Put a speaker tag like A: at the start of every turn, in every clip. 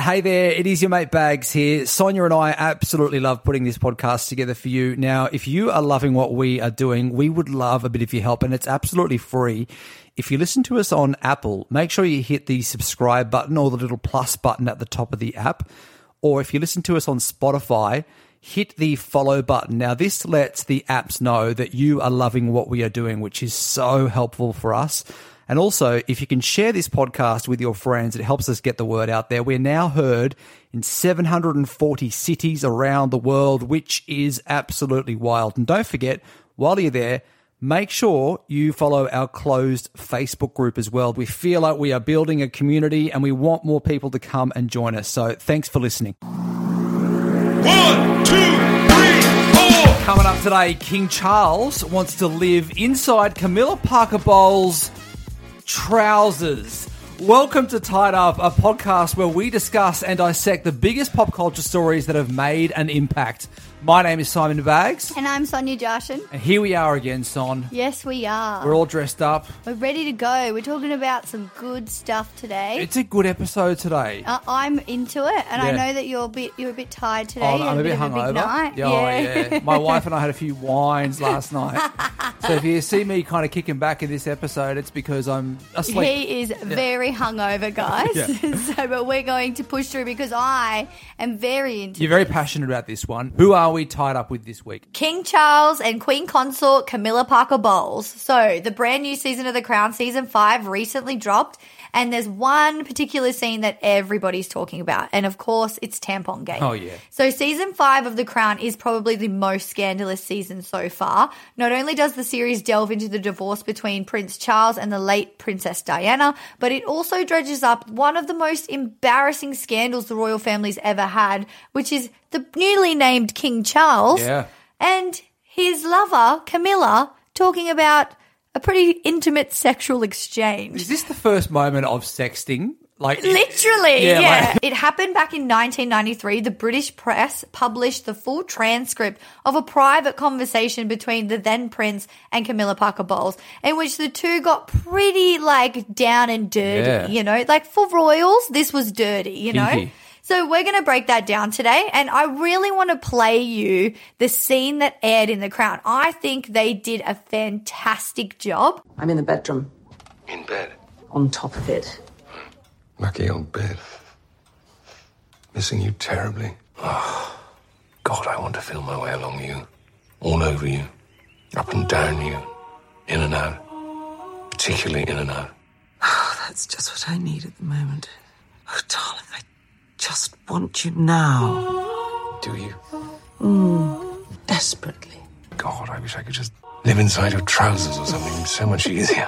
A: Hey there, it is your mate Bags here. Sonia and I absolutely love putting this podcast together for you. Now, if you are loving what we are doing, we would love a bit of your help, and it's absolutely free. If you listen to us on Apple, make sure you hit the subscribe button or the little plus button at the top of the app. Or if you listen to us on Spotify, hit the follow button. Now, this lets the apps know that you are loving what we are doing, which is so helpful for us. And also, if you can share this podcast with your friends, it helps us get the word out there. We're now heard in 740 cities around the world, which is absolutely wild. And don't forget, while you're there, make sure you follow our closed Facebook group as well. We feel like we are building a community and we want more people to come and join us. So thanks for listening.
B: One, two, three, four.
A: Coming up today, King Charles wants to live inside Camilla Parker Bowles' trousers. Welcome to Tied Up, a podcast where we discuss and dissect the biggest pop culture stories that have made an impact. My name is Simon Bags,
C: And I'm Sonia Jarshan.
A: and here we are again, Son.
C: Yes, we are.
A: We're all dressed up.
C: We're ready to go. We're talking about some good stuff today.
A: It's a good episode today.
C: uh, I'm into it, and I
A: Yeah.
C: know that you're a bit you're a bit tired today.
A: Oh,
C: You had
A: I'm a bit
C: of a big
A: hungover.
C: night.
A: Yeah, oh, yeah. My wife and I had a few wines last night. So if you see me kind of kicking back in this episode, it's because I'm asleep.
C: He is very hungover, guys.
A: Yeah.
C: so, but we're going to push through because I am very into
A: You're very passionate about this one. Who are we tied up with this week?
C: King Charles and Queen Consort Camilla Parker Bowles. So, the brand new season of The Crown, season five, recently dropped, and there's one particular scene that everybody's talking about, and of course, it's Tampon Gate.
A: Oh, yeah.
C: So, season five of The Crown is probably the most scandalous season so far. Not only does the series delve into the divorce between Prince Charles and the late Princess Diana, but it also dredges up one of the most embarrassing scandals the royal family's ever had, which is the newly named King Charles
A: Yeah.
C: and his lover Camilla talking about a pretty intimate sexual exchange.
A: Is this the first moment of sexting? Like
C: Literally,
A: Yeah,
C: yeah.
A: like-
C: it happened back in 1993. The British press published the full transcript of a private conversation between the then prince and Camilla Parker Bowles, in which the two got pretty like down and dirty.
A: Yeah.
C: You know, like for royals, this was dirty. You know.
A: Kinky.
C: So we're going to break that down today. And I really want to play you the scene that aired in The Crown. I think they did a fantastic job.
D: I'm in the bedroom,
E: In bed.
D: on top of it.
E: Lucky old bed. Missing you terribly. God, I want to feel my way along you. All over you. Up and down you. In and out. Particularly in and out.
D: That's just what I need at the moment. Oh, darling, I just want you now.
E: Do you?
D: Desperately.
E: God, I wish I could just live inside your trousers or something. So much easier.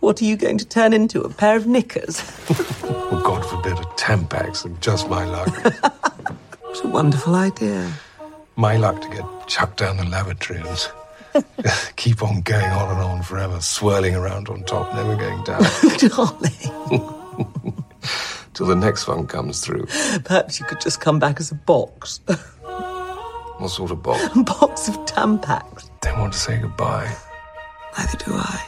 D: What are you going to turn into? A pair of knickers?
E: Well, God forbid a tampax and just my luck.
D: What a wonderful idea.
E: my luck to get chucked down the lavatory and just keep on going on and on forever, swirling around on top, never going down.
D: darling,
E: Till the next one comes through.
D: perhaps you could just come back as a box. a
E: What sort of box?
D: box of Tampax.
E: They want to say goodbye.
D: Neither do I.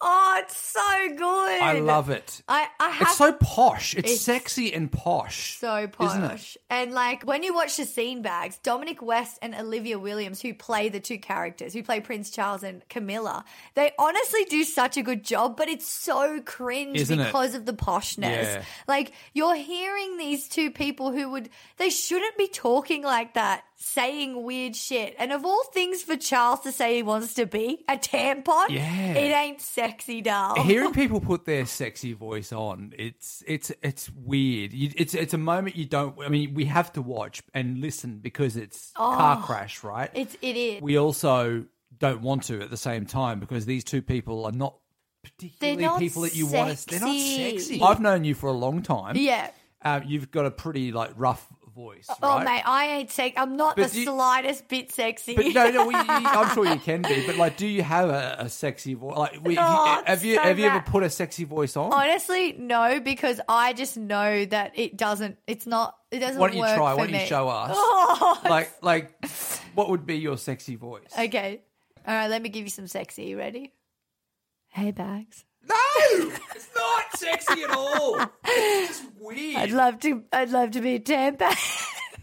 C: Oh, it's so good.
A: I love it.
C: I, I have
A: It's so posh. It's,
C: It's
A: sexy and posh.
C: so posh.
A: Isn't it?
C: And like when you watch the scene bags, Dominic West and Olivia Williams, who play the two characters, who play Prince Charles and Camilla, they honestly do such a good job, but it's so cringe
A: Isn't it?
C: because of the poshness.
A: Yeah.
C: Like you're hearing these two people who would they shouldn't be talking like that, saying weird shit. And of all things for Charles to say he wants to be, a tampon,
A: Yeah.
C: it ain't sexy, doll.
A: Hearing people put their sexy voice on, it's it's it's weird. You, it's it's a moment you don't. I mean, we have to watch and listen because it's car crash, right?
C: it's Oh. it is.
A: we also don't want to at the same time because these two people are not particularly
C: They're not
A: people that you want to. They're not
C: sexy.
A: sexy. I've known you for a long time.
C: Yeah.
A: Um, you've got a pretty like rough voice.
C: Oh
A: right?
C: mate, I ain't sex. I'm not
A: But
C: the
A: you-
C: slightest bit sexy.
A: But no, no, we, you, I'm sure you can be. But like, do you have a, a sexy voice? Like, we,
C: Oh,
A: have you
C: so
A: have you ever
C: bad.
A: put a sexy voice on?
C: Honestly, no, because I just know that it doesn't. It's not. It doesn't.
A: Why don't you
C: work
A: try?
C: For
A: Why don't
C: me. Oh.
A: you show us? Like, like, what would be your sexy voice?
C: Okay. All right. Let me give you some sexy. Ready? Hey, bags.
A: No, it's not sexy at all. It's just
C: I'd
A: weird.
C: love to. I'd love to be a Tampa.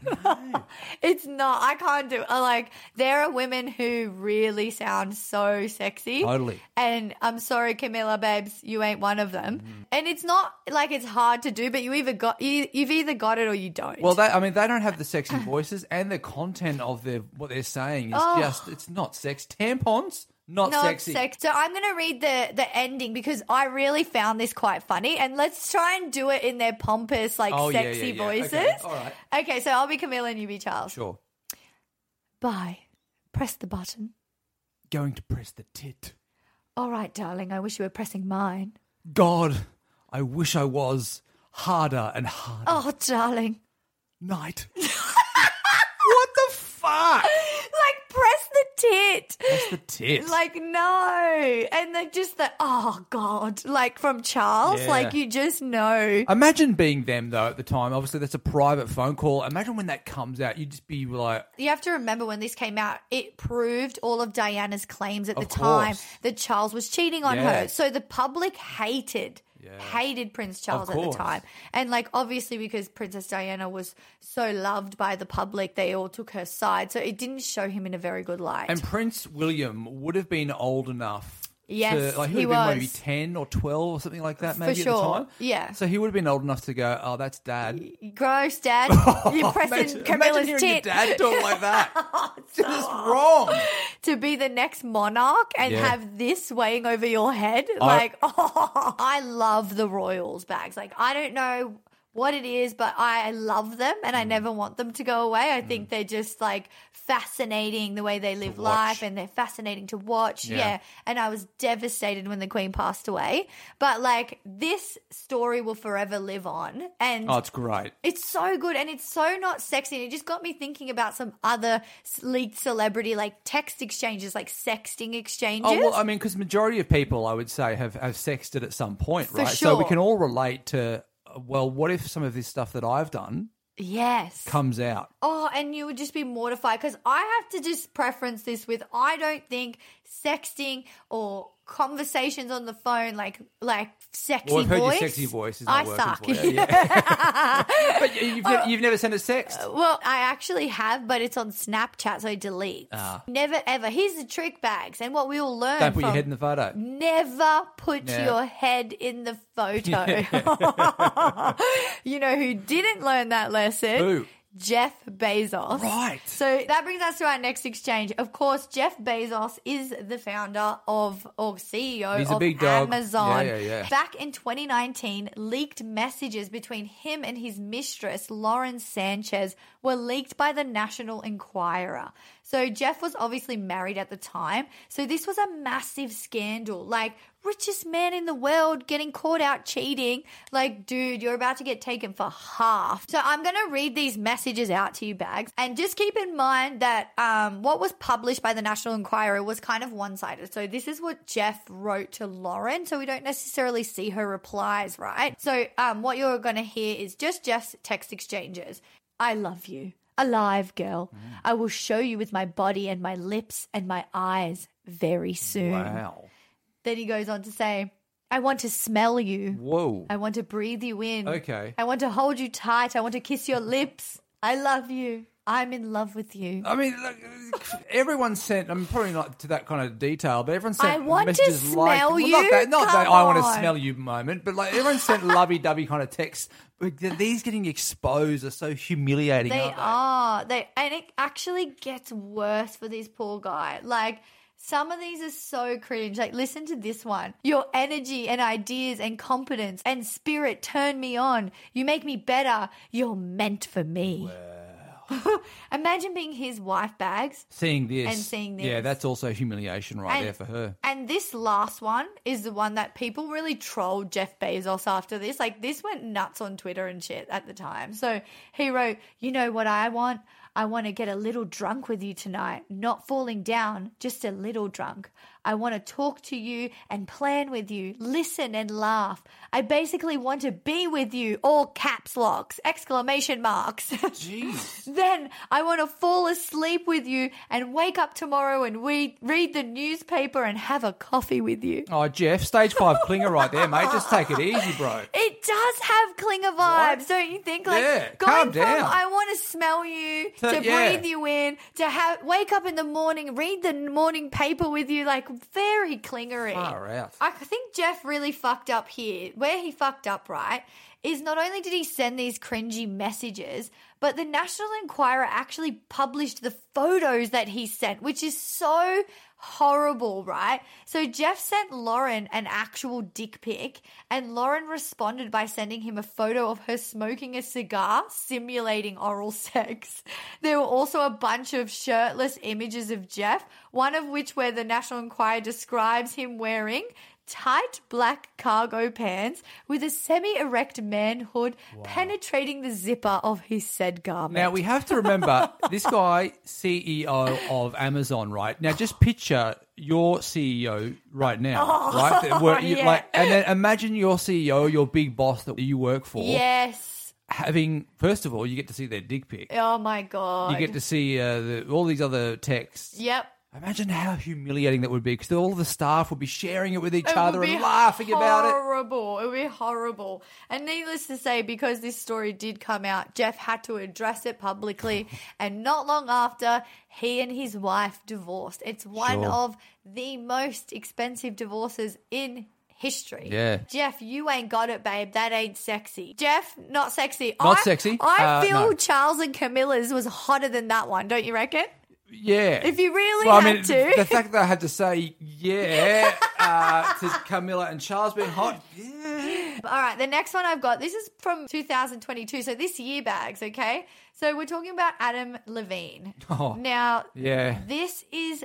C: it's not. I can't do. I like. There are women who really sound so sexy.
A: Totally.
C: And I'm sorry, Camilla, babes, you ain't one of them.
A: Mm-hmm.
C: And it's not like it's hard to do, but you either got you, you've either got it or you don't.
A: well, they, I mean, they don't have the sexy voices, and the content of their what they're saying is just—it's not sex. Tampons, not
C: No,
A: sexy.
C: Oh. sex. So I'm going to read the the ending because I really found this quite funny, and let's try and do it in their pompous, like
A: Oh, yeah, yeah,
C: sexy
A: yeah.
C: voices.
A: Okay, all right.
C: Okay, so I'll be Camilla and you be Charles.
A: Sure,
C: Bye. Press the button.
A: going to press the tit.
C: All right, darling. I wish you were pressing mine.
A: God, I wish I was harder and harder.
C: Oh, darling.
A: Night. what the fuck?
C: Like press the tit.
A: That's the tit.
C: Like no, and like just the oh god, like from Charles,
A: Yeah.
C: like you just know.
A: Imagine being them though at the time. Obviously, that's a private phone call. Imagine when that comes out, you'd just be like,
C: you have to remember when this came out, it proved all of Diana's claims at the
A: Of
C: time
A: course.
C: that Charles was cheating on
A: Yeah.
C: her. So the public hated. Hated Prince Charles at the
A: course.
C: time. And, like, obviously, because Princess Diana was so loved by the public, they all took her side. So it didn't show him in a very good light.
A: and Prince William would have been old enough.
C: Yes,
A: to, like
C: he
A: would have been maybe
C: was.
A: ten or twelve or something like that.
C: For
A: Maybe at the
C: sure,
A: time,
C: yeah.
A: So he would have been old enough to go, "Oh, that's dad."
C: Gross, Dad. You're pressing
A: imagine,
C: Camilla's
A: imagine hearing
C: tit
A: your dad talk like that. it's just wrong.
C: to be the next monarch and
A: Yeah.
C: have this weighing over your head. like, I love the royals bags. Like, I don't know what it is, but I love them and I
A: Mm.
C: never want them to go away. I think they're just like fascinating the way they live life and they're fascinating to watch. Yeah.
A: Yeah.
C: And I was devastated when the queen passed away. But like, this story will forever live on. And
A: Oh, it's great.
C: it's so good and it's so not sexy. And it just got me thinking about some other s- leaked celebrity like text exchanges, like sexting exchanges.
A: Oh well, I mean, because majority of people, I would say, have have sexted at some point,
C: For
A: right? So we
C: sure.
A: can all relate to. uh, Well, what if some of this stuff that I've done
C: yes.
A: comes out?
C: oh, and you would just be mortified because I have to just preference this with I don't think sexting or conversations on the phone like like sexy
A: Well, I've heard
C: voice.
A: your sexy voice is
C: I
A: not working
C: suck.
A: for you. Yeah. but you-
C: Oh,
A: you've, ne- you've never sent a sext.
C: Well, I actually have, but it's on Snapchat, so it deletes. Never ever. Here's the trick, bags, and what we all learn.
A: Ah. Don't put your
C: from-
A: head in the photo.
C: Never put
A: Yeah.
C: your head in the photo. you know who didn't learn that lesson?
A: Who?
C: Jeff Bezos.
A: Right.
C: So that brings us to our next exchange. Of course, Jeff Bezos is the founder of or E CEO
A: He's a
C: of
A: big dog.
C: Amazon.
A: Yeah, yeah, yeah.
C: Back in 2019, leaked messages between him and his mistress, Lauren Sanchez, were leaked by the National Enquirer. So Jeff was obviously married at the time. So this was a massive scandal. Like, richest man in the world getting caught out cheating. Like, dude, you're about to get taken for half. So I'm going to read these messages out to you, Bags. And just keep in mind that um, what was published by the National Enquirer was kind of one sided. So this is what Jeff wrote to Lauren. So we don't necessarily see her replies, right? So um, what you're going to hear is just Jeff's text exchanges. I love you. Alive, girl. I will show you with my body and my lips and my eyes very soon.
A: Wow.
C: Then he goes on to say, I want to smell you.
A: Whoa.
C: I want to breathe you in.
A: Okay.
C: I want to hold you tight. I want to kiss your lips. I love you. I'm in love with you.
A: I mean, look, everyone sent. I'm probably not to that kind of detail, but everyone sent.
C: I want to
A: messages like,
C: smell
A: well,
C: you.
A: Not that, not that
C: Come
A: I want
C: on.
A: to smell you moment, but like everyone sent lovey-dovey kind of texts. But th- these getting exposed are so humiliating.
C: They
A: aren't
C: are. They and it actually gets worse for this poor guy. Like some of these are so cringe. Like listen to this one. Your energy and ideas and competence and spirit turn me on. You make me better. You're meant for me. Imagine being his wife, Bags.
A: Seeing this.
C: And seeing
A: Yeah,
C: this.
A: that's also humiliation right there for her.
C: And this last one is the one that people really trolled Jeff Bezos after this. Like this went nuts on Twitter and shit at the time. So he wrote, "You know what I want? I want to get a little drunk with you tonight. Not falling down, just a little drunk. I want to talk to you and plan with you, listen and laugh. I basically want to be with you." All caps locks, exclamation marks.
A: Jeez.
C: Then I want to fall asleep with you and wake up tomorrow and we read the newspaper and have a coffee with you.
A: Oh, Jeff, stage five clinger right there, mate. Just take it easy, bro.
C: It does have clinger vibes, don't you think? Like
A: Yeah,
C: going
A: calm
C: from
A: down.
C: I want to smell you
A: To-
C: to,
A: yeah.
C: breathe you in to have wake up in the morning, read the morning paper with you, like very clingery.
A: Far out.
C: I think Jeff really fucked up here. Where he fucked up, right, is not only did he send these cringy messages, but the National Enquirer actually published the photos that he sent, which is so horrible, right? So Jeff sent Lauren an actual dick pic, and Lauren responded by sending him a photo of her smoking a cigar simulating oral sex. There were also a bunch of shirtless images of Jeff, one of which where the National Enquirer describes him wearing tight black cargo pants with a semi-erect manhood penetrating the zipper of his said garment.
A: Now we have to remember this guy CEO of Amazon, right? Now just picture your CEO right now, right? That work- you-
C: Oh, yeah.
A: Like, and then imagine your CEO, your big boss that you work for,
C: yes.
A: having first of all, you get to see their dick pic,
C: Oh my god.
A: you get to see uh, the, all these other texts.
C: Yep.
A: Imagine how humiliating that would be because all the staff would be sharing it with each
C: It
A: other
C: would be
A: and laughing about it.
C: Horrible. It would be horrible. And needless to say, because this story did come out, Jeff had to address it publicly. and not long after, he and his wife divorced. It's one
A: Sure.
C: of the most expensive divorces in history.
A: Yeah.
C: Jeff, you ain't got it, babe. That ain't sexy. Jeff, not sexy.
A: Not
C: I-
A: sexy?
C: I
A: Uh,
C: feel
A: no.
C: Charles and Camilla's was hotter than that one, don't you reckon?
A: Yeah.
C: If you really
A: Well, I
C: had
A: mean,
C: to.
A: the fact that I had to say yeah uh, to Camilla and Charles being hot,
C: All right, the next one I've got. This is from 2022, so this year bags, okay? So we're talking about Adam Levine. now,
A: Oh, yeah.
C: this is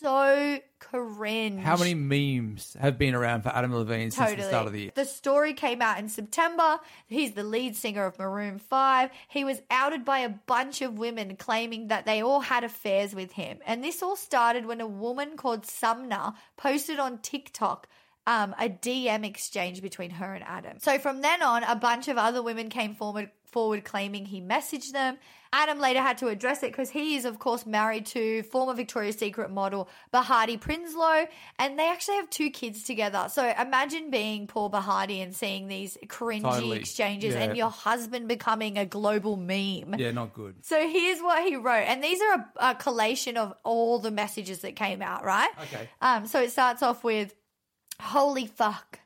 C: so cringe.
A: How many memes have been around for Adam Levine since the start of the year?
C: story came out in September. He's the lead singer of Maroon 5. He was outed by a bunch of women claiming that they all had affairs with him. And this all started when a woman called Sumner posted on TikTok. Um, a DM exchange between her and Adam. So from then on, a bunch of other women came forward forward claiming he messaged them. Adam later had to address it because he is, of course, married to former Victoria's Secret model Bahati Prinslow, and they actually have two kids together. So imagine being Paul Bahati and seeing these cringy
A: Totally.
C: exchanges
A: Yeah.
C: and your husband becoming a global meme.
A: Yeah, not good.
C: So here's what he wrote, and these are a, a collation of all the messages that came out, right?
A: Okay.
C: Um, so it starts off with, "Holy fuck,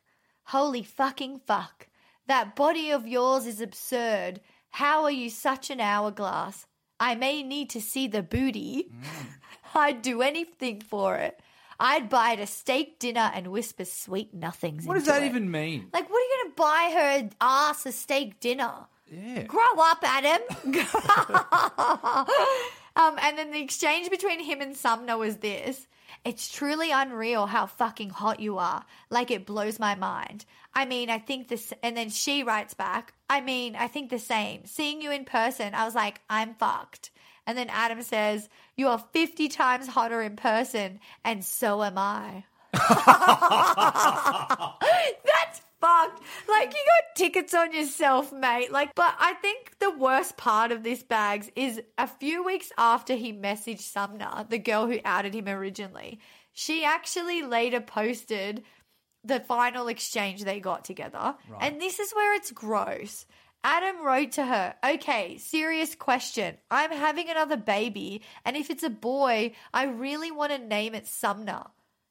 C: holy fucking fuck, that body of yours is absurd. How are you such an hourglass? I may need to see the booty.
A: Mm.
C: I'd do anything for it. I'd buy it a steak dinner and whisper sweet nothings.
A: What does
C: into
A: that
C: it."
A: even mean?
C: Like, what are you gonna buy her ass a steak dinner?
A: Yeah.
C: Grow up, Adam. um, and then the exchange between him and Sumner was this. It's truly unreal how fucking hot you are. Like it blows my mind. I mean, I think this and then she writes back, I mean, I think the same. Seeing you in person, I was like, I'm fucked. And then Adam says, You are 50 times hotter in person, and so am I. That's fucked. Like you got tickets on yourself, mate. Like, but I think the worst part of this bags is a few weeks after he messaged Sumner, the girl who outed him originally, she actually later posted the final exchange they got together. And this is where it's gross. Adam wrote to her, okay, serious question. I'm having another baby, and if it's a boy, I really want to name it Sumner.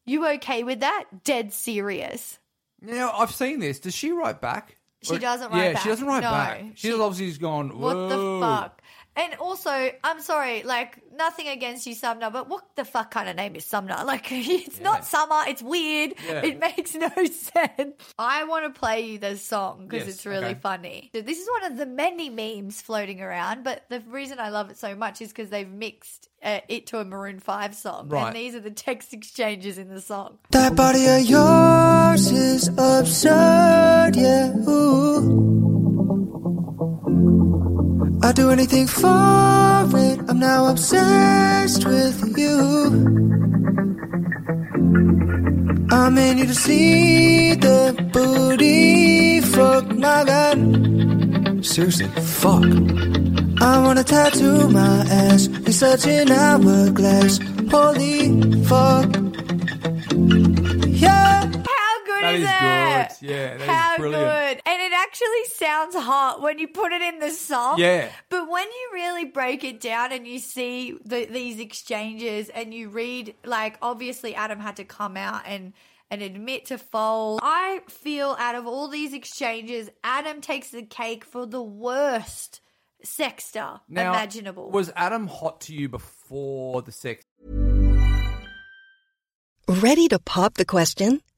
C: You okay with that? Dead serious.
A: Now I've seen this. Does she write back?
C: She
A: Or-
C: doesn't write
A: yeah,
C: back.
A: she doesn't write
C: No.
A: back. She's
C: She-
A: obviously just gone.
C: What the
A: "Whoa."
C: fuck? And also, I'm sorry, like nothing against you, Sumner, but what the fuck kind of name is Sumner? Like it's not summer. It's weird. It makes no sense. I want to play you this song because
F: Yes,
C: it's really
F: okay.
C: funny. So This is one of the many memes floating around, but the reason I love it so much is because they've mixed uh, it to a Maroon Five song,
F: Right.
C: and these are the text exchanges in the song.
G: That body of yours is absurd, yeah. Ooh. I'd do anything for it. I'm now obsessed with you. I'm in you to see the booty. Fuck my god. Seriously, fuck. I wanna tattoo my ass in such an hourglass. Holy fuck. Yeah.
C: How good
A: That
C: is
A: is
C: that?
A: good. Yeah, that is
C: How
A: brilliant.
C: good. And it actually sounds hot when you put it in the song.
A: Yeah.
C: But when you really break it down and you see the, these exchanges and you read, like, obviously Adam had to come out and. And admit to fold. I feel out of all these exchanges, Adam takes the cake for the worst sexter
A: Now,
C: imaginable.
A: Was Adam hot to you before the sex?
H: Ready to pop the question?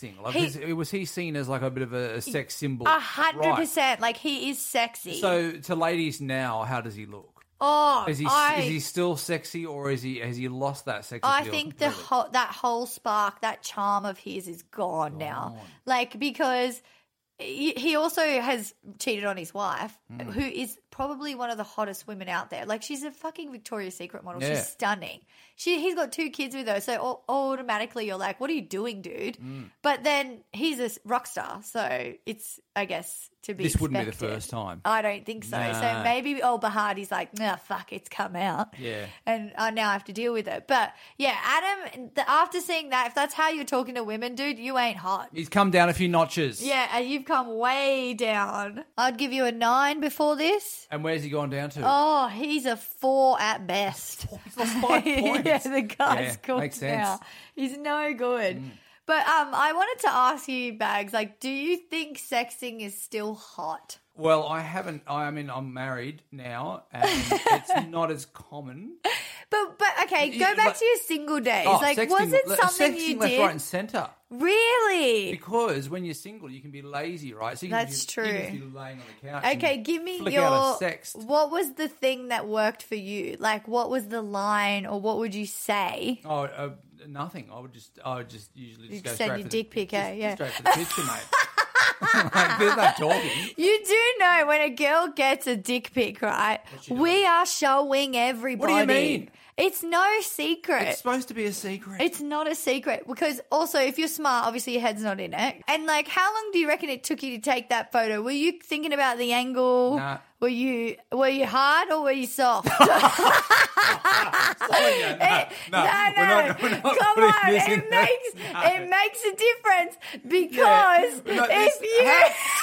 A: Thing? Like,
C: He-
A: was, was he seen as like a bit of a, a sex symbol?
C: A hundred
A: Right.
C: percent. Like he is sexy.
A: So to ladies now, how does he look?
C: oh,
A: Is he
C: I,
A: is he still sexy, or is he has he lost that sex?
C: I
A: appeal
C: think the
A: completely?
C: whole, that whole spark, that charm of his is gone, now. Like because he he also has cheated on his wife,
A: Hmm.
C: who is probably one of the hottest women out there. Like she's a fucking Victoria's Secret model.
A: Yeah.
C: She's stunning. She he's got two kids with her, so au- automatically you're like, what are you doing, dude?
A: Hmm.
C: But then he's a s- rock star, so it's I guess to be
A: This wouldn't be the
C: expected.
A: first time.
C: I don't think so. So
A: Nah.
C: maybe old Bahardi's like, nah, fuck, it's come out.
A: Yeah.
C: And I now have to deal with it. But yeah, Adam, the, after seeing that, if that's how you're talking to women, dude, you ain't hot.
A: he's come down a few notches.
C: Yeah, and you've come way down. I'd give you a nine before this.
A: And where's he gone down to?
C: Oh, he's a four at best.
A: He's lost five points.
C: yeah, the guy's
A: Yeah,
C: cool
A: makes sense. Mm.
C: now. He's no good. But um, I wanted to ask you, Bags, like, do you think sexting is still hot?
A: Well, I haven't. I mean, I'm married now, and it's not as common.
C: But but okay, go
A: Yeah,
C: back
A: like-
C: to your single days.
A: Oh,
C: like,
A: sexting-
C: was it
A: le-
C: something
A: sexting
C: you
A: left,
C: did?
A: right, and centre?
C: Really?
A: Because when you're single, you can be lazy, right? So you can
C: That's
A: just- you can
C: true.
A: just be laying on the couch.
C: Okay,
A: and
C: give me
A: flick
C: your.
A: out a sext.
C: What was the thing that worked for you? Like, what was the line, or what would you say?
A: Oh, uh, nothing. I would just, I would just usually just
C: You'd
A: go
C: send
A: straight
C: your
A: for the-
C: dick pic,
A: just-
C: eh? Yeah.
A: straight for the picture, mate. like, there's no talking.
C: You do know when a girl gets a dick pic, right? We are showing everybody.
A: mean?
C: It's no secret.
A: It's supposed to be a secret.
C: It's not a secret because also if you're smart, obviously your head's not in it. And like, how long do you reckon it took you to take that photo? Were you thinking about the angle?
A: Nah.
C: Were you were you hard or were you soft?
A: yeah, no, no,
C: no,
A: we're
C: no.
A: not- we're not
C: Come
A: putting
C: on,
A: this
C: it
A: in there.
C: makes it makes a difference
A: Yeah,
C: because
A: we're not-
C: if
A: this-
C: you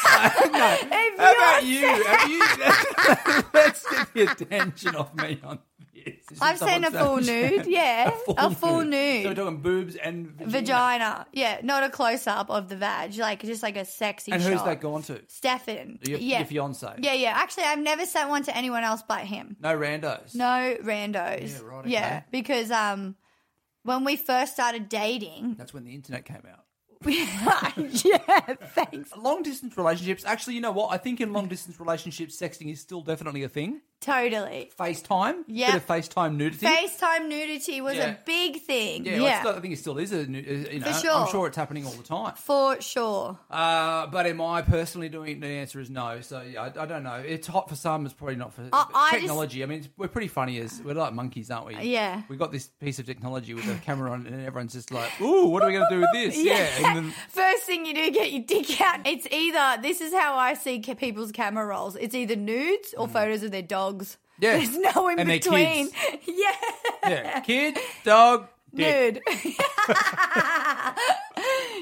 A: how, no,
C: if
A: how
C: you're
A: about you? Have you? Let's get the attention off me on this.
C: I've seen
A: Someone
C: a full
A: said-
C: nude, yeah, a full
A: So we're
C: nude.
A: talking boobs and vagina.
C: Vagina, yeah, not a close up of the vag, like just like a sexy.
A: And who's
C: shot.
A: that gone to?
C: Stefan.
A: Your-
C: yeah.
A: your fiance.
C: Yeah, yeah. Actually, I've never sent one to anyone else but him.
A: No randos.
C: No randos.
A: Yeah, right, okay.
C: Yeah, because um, when we first started dating,
A: That's when the internet came out.
C: yeah, thanks.
A: Long distance relationships. Actually, you know what? I think in long distance relationships, sexting is still definitely a thing.
C: Totally.
A: FaceTime.
C: Yeah.
A: Bit of FaceTime nudity.
C: FaceTime nudity was
A: Yeah.
C: a big thing.
A: yeah,
C: Yeah,
A: well, it's not- I think it still is. A, nu- is- you know,
C: For sure.
A: I'm sure it's happening all the time.
C: for sure.
A: Uh, but am I personally doing? it? The answer is no. So yeah, I, I don't know. It's hot for some. It's probably not for
C: I- I
A: technology. I mean, it's, we're pretty funny as we're like monkeys, aren't we?
C: Yeah.
A: We got this piece of technology with a camera on, it, and everyone's just like, "Ooh, what are we going to do with this?" yeah. And then,
C: First thing you do, get your dick out. It's either this is how I see ca- people's camera rolls. It's either nudes or photos of their
A: Mm.
C: dogs.
A: Yeah.
C: There's no in
A: And they're
C: between.
A: kids.
C: Yeah.
A: Yeah. Kid, dog, dick.
C: Nude. I,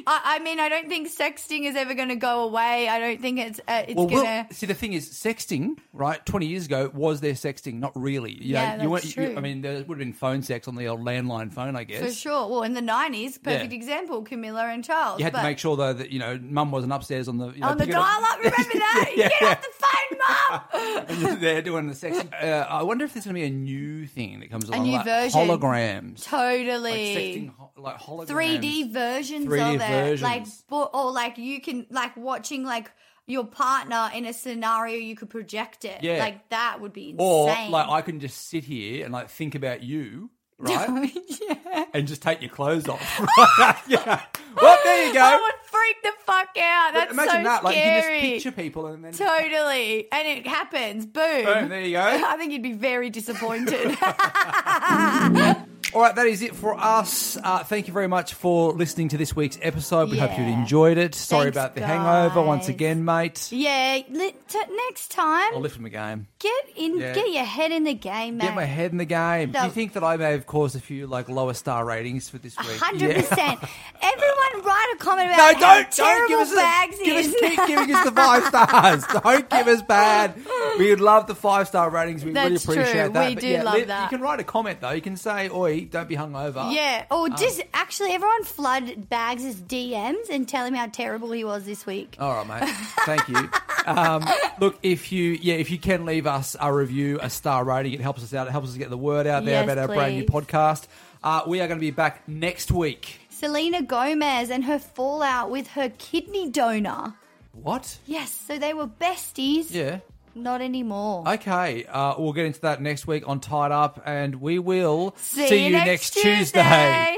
C: I mean, I don't think sexting is ever going to go away. I don't think it's uh, it's
A: Well, Will-
C: gonna.
A: see, the thing is, sexting, right? Twenty years ago, was there sexting? Not really. You
C: Yeah,
A: you
C: that's
A: you-
C: true.
A: I mean, there would have been phone sex on the old landline phone, I guess.
C: For sure. Well, in the nineties, perfect
A: Yeah.
C: example, Camilla and Charles.
A: You had
C: but
A: to make sure though that you know, mum wasn't upstairs on the you know,
C: on the
A: picking up-
C: dial up. Remember that?
A: yeah,
C: Get
A: yeah.
C: off the phone, mum.
A: They're doing the sexting. Uh, I wonder if there's going to be a new thing that comes along,
C: new
A: like
C: version.
A: holograms, like
C: totally.
A: sexting, ho- like holograms,
C: 3D versions
A: 3D
C: of it, like
A: versions.
C: bo- or like you can like watching like your partner in a scenario, you could project it.
A: Yeah.
C: like that would be insane.
A: Or like I can just sit here and like think about you, right?
C: yeah.
A: and just take your clothes off. Right? yeah. Well, there you
C: I
A: go.
C: would freak the fuck out. Oh, That's
A: Imagine
C: so
A: that. Like you can
C: scary.
A: just picture people and then
C: Totally. And it happens. Boom.
A: Boom, there you go.
C: I think you'd be very disappointed.
A: All right, that is it for us. Uh, thank you very much for listening to this week's episode. We hope you
C: Yeah.
A: enjoyed it. Sorry
C: Thanks,
A: about the hangover once
C: guys.
A: again, mate.
C: yeah. Li- t- next time,
A: I'll lift my game.
C: get in,
A: Yeah.
C: get your head in the game, mate.
A: Get my head in the game. Do
C: No.
A: you think that I may have caused a few like lower star ratings for this week?
C: Hundred
A: Yeah.
C: percent. Everyone, write a comment
A: No,
C: about
A: don't,
C: how
A: don't
C: terrible
A: give us
C: bags
A: a, give us,
C: is.
A: keep giving us the five stars. Don't give us bad. We would love the five star ratings. We really
C: That's true.
A: appreciate that.
C: We
A: But
C: do
A: yeah,
C: love
A: let-
C: that.
A: You can write a comment though. You can say, "Oi, don't be hungover."
C: yeah. Or just actually, everyone flood Bags' DMs and tell him how terrible he was this week.
A: All right, mate. Thank you. um, look, if you yeah, if you can leave us a review, a star rating, it helps us out. It helps us get the word out there
C: Yes,
A: about our brand new
C: please.
A: podcast. Uh, we are going to be back next week.
C: Selena Gomez and her fallout with her kidney donor.
A: What?
C: Yes, so they were besties.
A: Yeah.
C: Not anymore.
A: Okay, uh, we'll get into that next week on Tied Up, and we will
C: See, you next, Tuesday.